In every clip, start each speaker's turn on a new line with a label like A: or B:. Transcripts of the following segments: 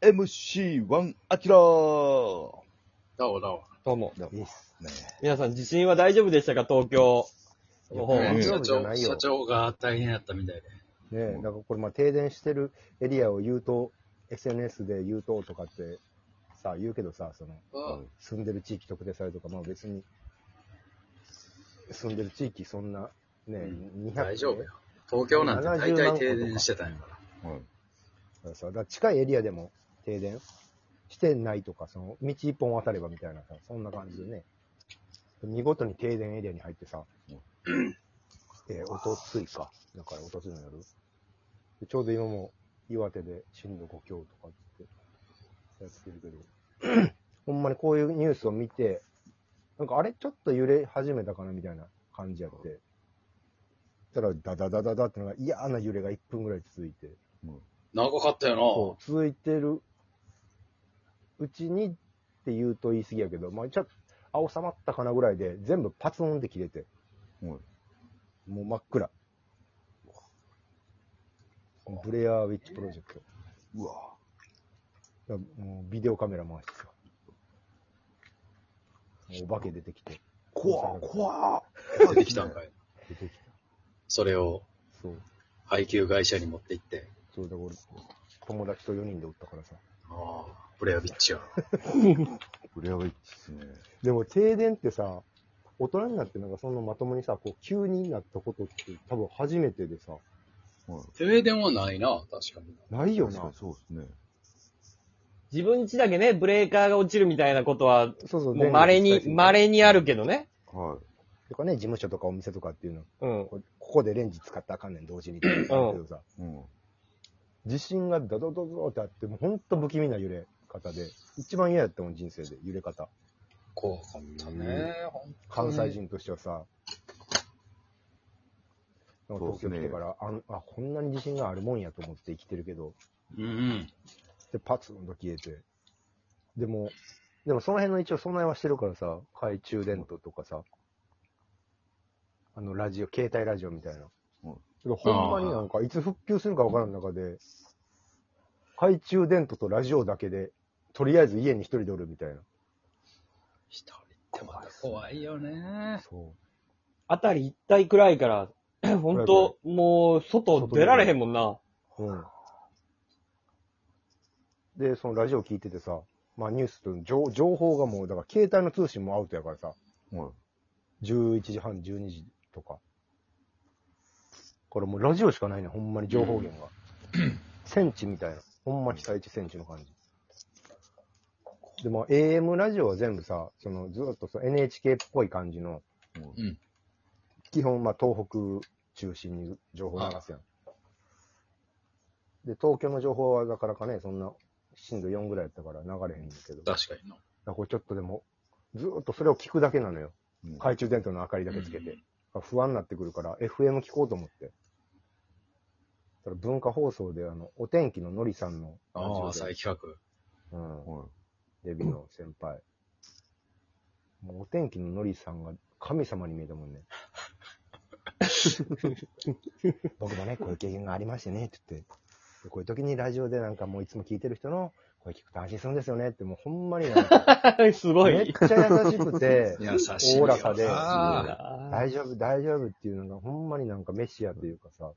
A: 4MC1 アキラー
B: どうど
C: どうも。
A: どうも
C: ね
A: ね
C: 皆さん、地震は大丈夫でしたか東京の
B: う
C: 方は。
A: うん
B: 社
D: 大丈夫じゃな
B: 長、
D: いよ
B: 社長が大変やったみたいで。
D: ねえ、なんかこれ、まあ、停電してるエリアを言うと、SNS で言うととかってさ、言うけどさ、その、
B: うん
D: 住んでる地域特定されるとか、まあ別に、住んでる地域そんな、ねえ、200
B: 大丈夫よ。東京なんて大体停電してたんやから。
A: うん
D: だからさ、だから近いエリアでも停電してないとか、その、道一本渡ればみたいなさ、そんな感じでね、見事に停電エリアに入ってさ、えー、おとついか。だからおとついの夜。でちょうど今も岩手で震度5強とかってやってるけど、 ほんまにこういうニュースを見て、なんかあれちょっと揺れ始めたかなみたいな感じやって。たら、ダダダダダってのが嫌な揺れが1分ぐらい続いて。
B: 長かった
D: そ
B: よ
D: う、続いてるうちにって言うと言い過ぎやけど、まあ、ちょっと、あ、収まったかなぐらいで、全部パツンって切れて、
A: うん
D: もう真っ暗。ブレアウィッチプロジェク
A: うわ
D: ト。だからもうビデオカメラ回してさ。もうお化け出てきて、
A: 怖っ怖っ
B: な。出てきたんかい。
D: 出てきて。
B: それを
D: そう。
B: 配給会社に持って行って。
D: そうだから俺、友達と4人でおったからさ。
B: ああ、プレアビッチや。
A: ブレアウィッチっすね。
D: でも停電ってさ、大人になってなんかそのまともにさ、こう急になったことって多分初めてでさ、
B: 停電はないな、確かに。
D: ないよ
A: 確か
D: な
A: に。そうですね。
C: 自分家だけね、ブレーカーが落ちるみたいなことは、
D: そうそう。
C: もう稀
D: 電
C: に、
D: 力使いすぎて
C: 稀にあるけどね。
A: は
D: とかね、事務所とかお店とかっていうのは、
C: うん。
D: こここでレンジ使ったらあかんねん、同時にって言うけどさ、
A: い。うん。
D: 地震がダドドドドってあって、もうほんと不気味な揺れ方で、一番嫌やったもん、人生で、揺れ方。
B: 怖かったね。ほん
D: 関西人としてはさ、なんか
A: そうっ
D: 東
A: す
D: 京
A: ね
D: 来てから、あんあ、こんなに地震があるもんやと思って生きてるけど、
B: うんうん。
D: で、パツンと消えて。でも、でもその辺の一応備えはしてるからさ、懐中電灯とかさ、あの、ラジオ、携帯ラジオみたいな。
A: うん
D: けどほんまになんか、いつ復旧するかわからん中で、懐中電灯とラジオだけで、とりあえず家に一人でおるみたいな。
B: 一人ってまた怖いよね。
D: そ
C: あたり一体くらいから、本当もう、外出られへんもんな。
D: う。うん。で、そのラジオ聞いててさ、まあニュースと情情報がもう、だから携帯の通信もアウトやからさ、
A: はい。
D: 11時半、12時とか。これもうラジオしかないね、ほんまに情報源が。戦地みたいな。ほんま被災地戦地の感じ。でも AM ラジオは全部さ、そのずっとその NHK っぽい感じの、
B: うん
D: 基本まあ東北中心に情報流すやん。で、東京の情報はなかなかね、そんな震度4ぐらいやったから流れへんねんけど、だか
B: 確かにな。
D: らこれちょっとでも、ずっとそれを聞くだけなのよ。
A: うん
D: 懐中電灯の明かりだけつけて。不安になってくるから、FM 聞こうと思って。だから文化放送で、あの、お天気ののりさんの
B: あ
D: ラ
B: あ、
D: ジオ
B: 再、
D: で
B: 企画。
D: うん、
A: は
D: デビューの先輩。もうお天気ののりさんが神様に見えたもんね。僕もね、こういう経験がありましてね、って言って。でこういう時にラジオでなんかもういつも聞いてる人の声聞くと安心するんですよねって、もうほんまになんか
C: すご
D: めっ
C: い。
D: ちゃ優しくて、
B: 優しい。
D: おおらかで
B: ああ
D: 大丈夫、大丈夫っていうのがほんまになんかメシアというかさ、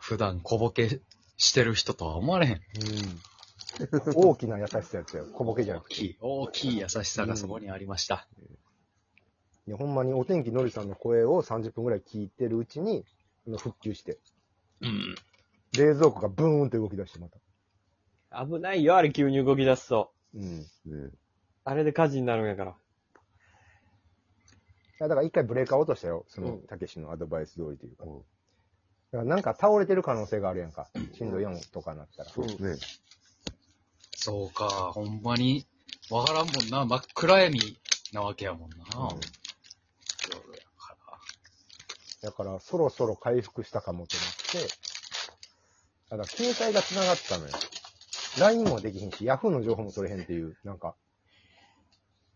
B: 普段小ボケしてる人とは思われへん。
D: うん。大きな優しさやったよ。小ボケじゃな
B: 大
D: くて。
B: きい、大きい優しさがそこにありました。
D: いや、ほんまにお天気のりさんの声を30分ぐらい聞いてるうちに、あの復旧して、
B: うん。
D: 冷蔵庫がブーンって動き出してまた。
C: 危ないよ、あれ急に動き出すと。
D: うん。い
A: い。ね
C: あれで火事になるんやから。
D: や、だから一回ブレーカー落としたよ。そうの
C: ん、
D: たけしのアドバイス通りというか。
A: うん
D: だからなんか倒れてる可能性があるやんか。震度4とかなったら。
A: そうですね。
B: そうか、ほんまに。わからんもんな。真っ暗闇なわけやもんな。
A: うん
B: 夜やから
D: だから、そろそろ回復したかもと思って、ただ、携帯が繋がったのよ。LINE もできひんし、Yahoo の情報も取れへんっていう、なんか、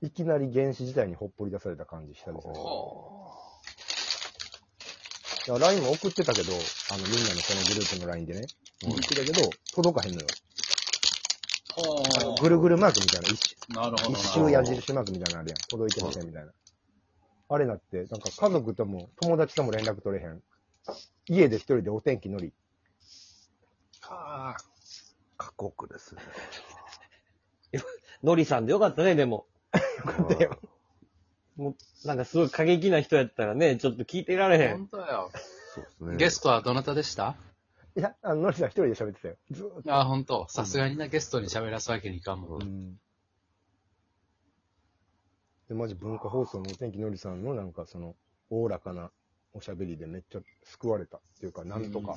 D: いきなり原始時代にほっぽり出された感じ、久々に。だから LINE も送ってたけど、あの、みんなのこのグループの LINE でね、言ってたけど、届かへんのよ。
B: ほ
D: ぐるぐるマークみたいな、一周
B: う。なるほど
D: 一
B: な。
D: 周矢印マークみたいなのあるやん。届いてませんみたいな。あれなって、なんか家族とも友達とも連絡取れへん。家で一人でお天気乗り。
B: はあ
A: 過酷ですね。
C: ノリさんでよかったね、でも。
D: よかったよ。
C: なんかすごい過激な人やったらね、ちょっと聞いてられへん。
B: 本当よ。
A: そうですね。
B: ゲストはどなたでした
D: いや、あの、ノリさん一人で喋ってたよ。ずーっと。
B: ああ、本当。さすがにな、ゲストに喋らすわけにいかんもんな。
D: で、マジ文化放送のお天気のりさんのなんかその、おおらかなおしゃべりでめっちゃ救われたっていうか、なんとか。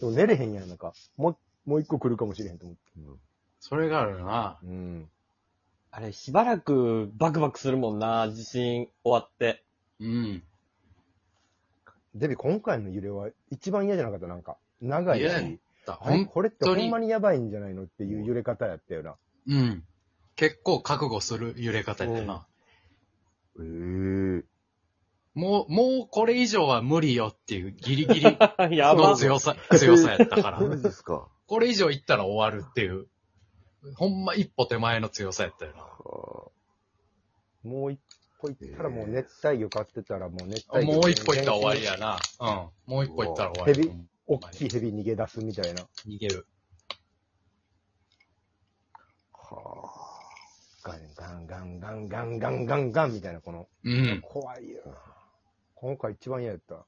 D: でも寝れへんやん、なんか。もう、もう一個来るかもしれへんと思って。
A: うん
B: それがあるな。
D: うん。
C: あれ、しばらくバクバクするもんな、地震終わって。
B: うん。
D: デビ、今回の揺れは一番嫌じゃなかった、なんか。長い
B: 嫌や
D: し。
B: だ
D: あれ
B: ほん、
D: これって
B: 当
D: ほ
B: に
D: んまにやばいんじゃないのっていう揺れ方やったよな。
B: うん。結構覚悟する揺れ方やったな。
A: ええ
B: もう、もうこれ以上は無理よっていうギリギリ
C: やば
B: の。強さ、強さやったか
A: ダ。
B: ら
A: メですか。
B: これ以上行ったら終わるっていう。ほんま一歩手前の強さやったよな。
A: は
D: もう一歩行ったらもう熱帯魚飼ってたらもう熱帯魚。
B: もう一歩行ったら終わり。やな。うん。もう一歩行ったら終わ
D: ヘ
B: り
D: ビ。大きいヘビ逃げ出すみたいな。
B: 逃げる。
A: あは
D: ガンガンガンガンガンガンガンガンみたいな、この、
B: うん。
D: 怖いよな。今回一番嫌やった。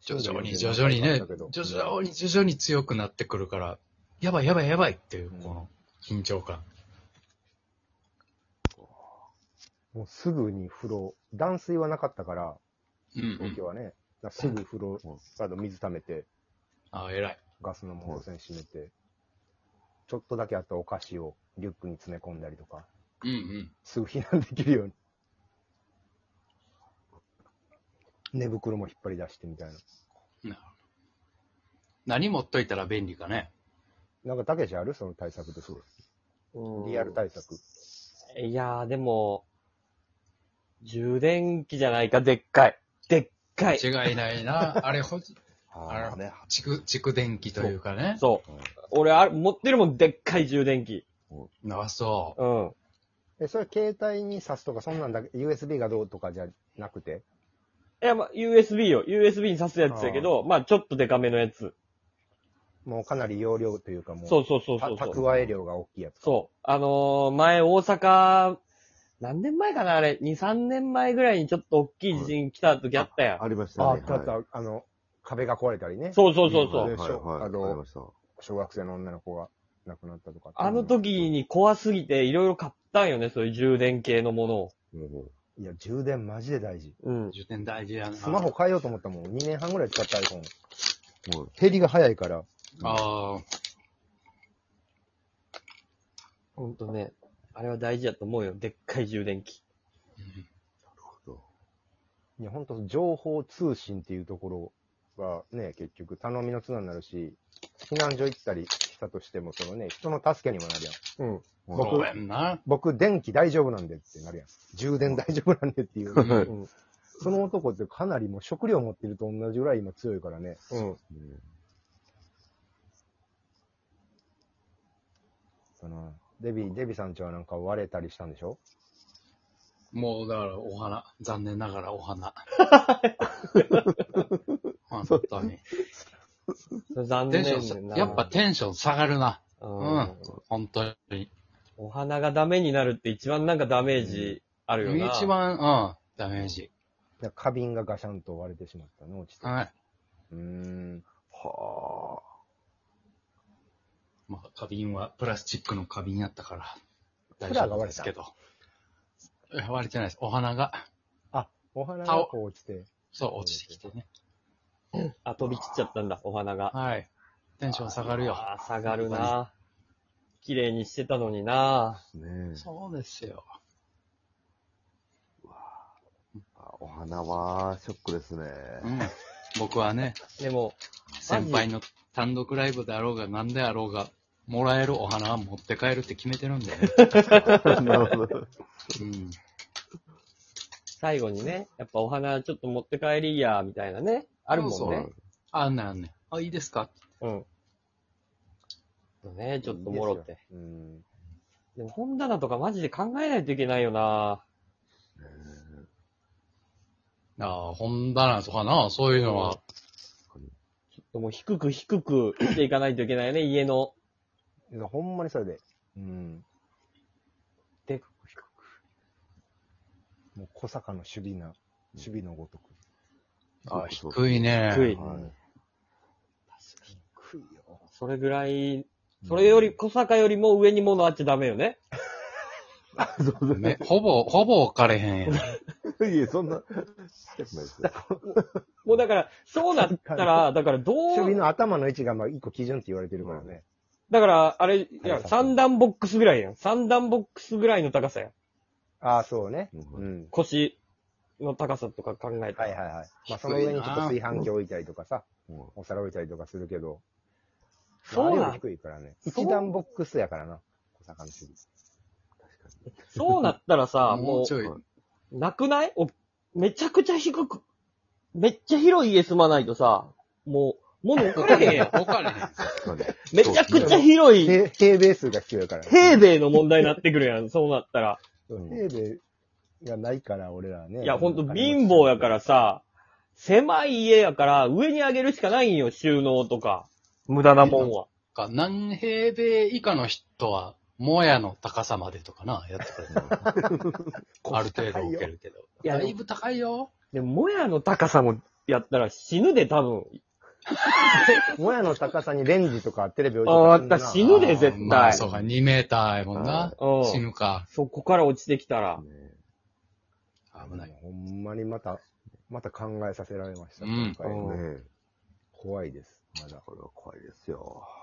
B: 徐々に、徐々にね、徐々に、徐々に強くなってくるから、やばいやばいやばいっていう、この緊張感。
D: もうすぐに風呂、断水はなかったから、
B: うん、
D: 東京はね、だからすぐ風呂、あの水溜めて、
B: ああ、偉い。
D: ガスの温泉閉めて、ちょっとだけあったお菓子をリュックに詰め込んだりとか、
B: うんうん。
D: すぐ避難できるように。寝袋も引っ張り出してみたいな。
B: 何持っといたら便利かね。
D: なんか、たけしあるその対策で。そうリアル対策。
C: いやー、でも、充電器じゃないか、でっかい。でっかい。
B: 違いないな。あれ、ほ、
A: あ。ああね。
B: 蓄、蓄電器というかね。
C: そう。俺、あれ持ってるもん、でっかい充電器。
B: ああ、そう。
C: うん。
D: え、それ携帯に挿すとか、そんなんだけ、USB がどうとかじゃなくて
C: いや、まあ、USB よ。USB に挿すやつやけど、まあ、ちょっとデカめのやつ。
D: もうかなり容量というか、もう、
C: そうそうそうそう
D: た
C: そう。
D: 蓄え量が大きいやつ。
C: そう。あのー前、大阪、何年前かなあれ、2、3年前ぐらいにちょっと大きい地震来た時あったやん。
A: ありましたね。
D: あ、ただ
A: はい、
D: あの、壁が壊れたりね。
C: そうそうそうそ
A: は
C: う
A: い。はいはい。
D: あの
A: ありました。
D: 小学生の女の子が亡くなったとか。
C: あの時に怖すぎて、いろいろ買ったんよね、そういう充電系のものを。
A: も
D: いや、充電マジで大事。
C: うん。
B: 充電大事やな。
D: スマホ変えようと思ったもん。2年半ぐらい使った iPhone。
A: う、もう、
D: 減りが早いから。
B: ああ、
C: ほんとね。あれは大事だと思うよ。でっかい充電器。
A: そう
D: いや、ほんと、情報通信っていうところがね、結局、頼みの綱になるし、避難所行ったりしたとしても、そのね、人の助けにもなるや
C: うん。
D: ん。
A: もう
D: 僕
B: そうやんな。
D: 僕、電気大丈夫なんでってなるやん。充電大丈夫なんでっていう。
A: は
C: う
A: い
C: ん。
D: その男ってかなりもう食料持ってると同じぐらい今強いからね。
C: うん。
A: ね
D: そのデビ、デビさんちはなんか割れたりしたんでしょ
B: もう、だから、お花。残念ながら、お 花。本当に。
C: 残
B: テ
C: 念
B: ンシ
C: だ
B: ョン
C: な
B: さ、やっぱ、テンション下がるな。
C: う
B: うん。本当に。
C: お花がダメになるって一番なんかダメージあるよな。
B: 一。番、うん、ダメージ。
D: いや花瓶がガシャンと割れてしまったの、落ちて。
B: はい。
D: うーん。
A: は
B: まあ、花瓶は、プラスチックの花瓶やったから、大
D: フラ
B: 丈
D: が
B: 夫
D: 割
B: で
D: れ
B: す
D: た
B: け。ど。いや割れてないです。お花が、
D: お花がこう落ちて。
B: そう、落ちてきてね。
C: あ、飛び散っちゃったんだ、お花が。
B: はい。テンション下がるよ。
C: あー下がるな。綺麗にしてたのにな。
A: あ。ね
B: そうですよ。
A: あお花は、ショックですね。
B: うん。僕はね、
C: でも、
B: 先輩の単独ライブであろうが何であろうが、もらえるお花は持って帰るって決めてるんだよ ね。
A: なるほど。
B: うん。
C: 最後にね、やっぱお花ちょっと持って帰りや、みたいなね。あるもん
B: そうそ
C: ね
B: う。あんねんあんねん。あ、いいですか
D: うん。
C: ね、ちょっともろって。
D: うん。
C: でも本棚とかマジで考えないといけないよな
B: ああ、本棚とかな、そういうのは。
C: ちょっともう低く低くしていかないといけないよね、家の。
D: いやほんまにそれで。うん。
C: で
D: く低く。もう小坂の守備な、守備のごとく。
B: ああ
A: そうそう
B: 低いね。
C: 低い
A: はい。
D: 低いよ。
C: それぐらい、それより、小坂よりも上に物あっちゃダメよね。
A: そうですね
B: ね。、ほぼ、ほぼ置かれへんやん。
A: いえ、そんな、したくないですよ。
C: もうだから、そうなったら、だからど
D: 守備
C: う、
D: の頭の位置がまあ一個基準って言われてるからね。
C: だから、あれ、い
D: は
C: や、
D: い
C: 三段ボックスぐらいやん。三段ボックスぐらいの高さやん。
D: ああ、そうね。
A: うん
D: うん。
C: 腰の高さとか考えた
D: はい
C: ら。
D: はいはい。
B: 低い
D: まあ
B: な
D: その上にちょっと炊飯器置いたりとかさ、
A: も
D: お皿置いたりとかするけど、
C: そう
D: まああ
C: な
D: れより、低いからね。
C: そう
D: 一段ボックスやからな。小坂の守備。
A: う確かに。
C: そうなったら さ、
B: も
C: も
B: うちょい。
C: う、なくないおめちゃくちゃ低く、めっちゃ広い家住まないとさ、もう、物置かれへ んやん。
B: 置かれへん。
A: 確かに。
C: めちゃくちゃ広い
D: 平平米数が必要やから、ね。
C: 平米の問題になってくるやん、そうなったら。
A: うん
D: 平米がないから俺らね。。
C: いや、ほんと貧乏やかららさ、狭い家やから上に上げるしかないんよ、収納とか。無駄なもんは。
B: か、何平米以下の人は、もやの高さまでとかな、やってくれる。ある程度受けるけど。
C: いや
B: だいぶ高いよ。
C: でも、もやの高さもやったら死ぬで、多分。
D: もやの高さにレンジとかテレビ置いて
C: ああった死ぬで絶対
B: まあ、そうか、2メーターやもんな。
C: うん。
B: 死ぬか。
C: そこから落ちてきたら。
A: ね
B: 危ない。。
D: ほんまにまた、また考えさせられました。
B: うん
D: 今回
A: え
D: ね
A: ねえ。
D: 怖いです。まだ
A: こ。れは怖いですよ。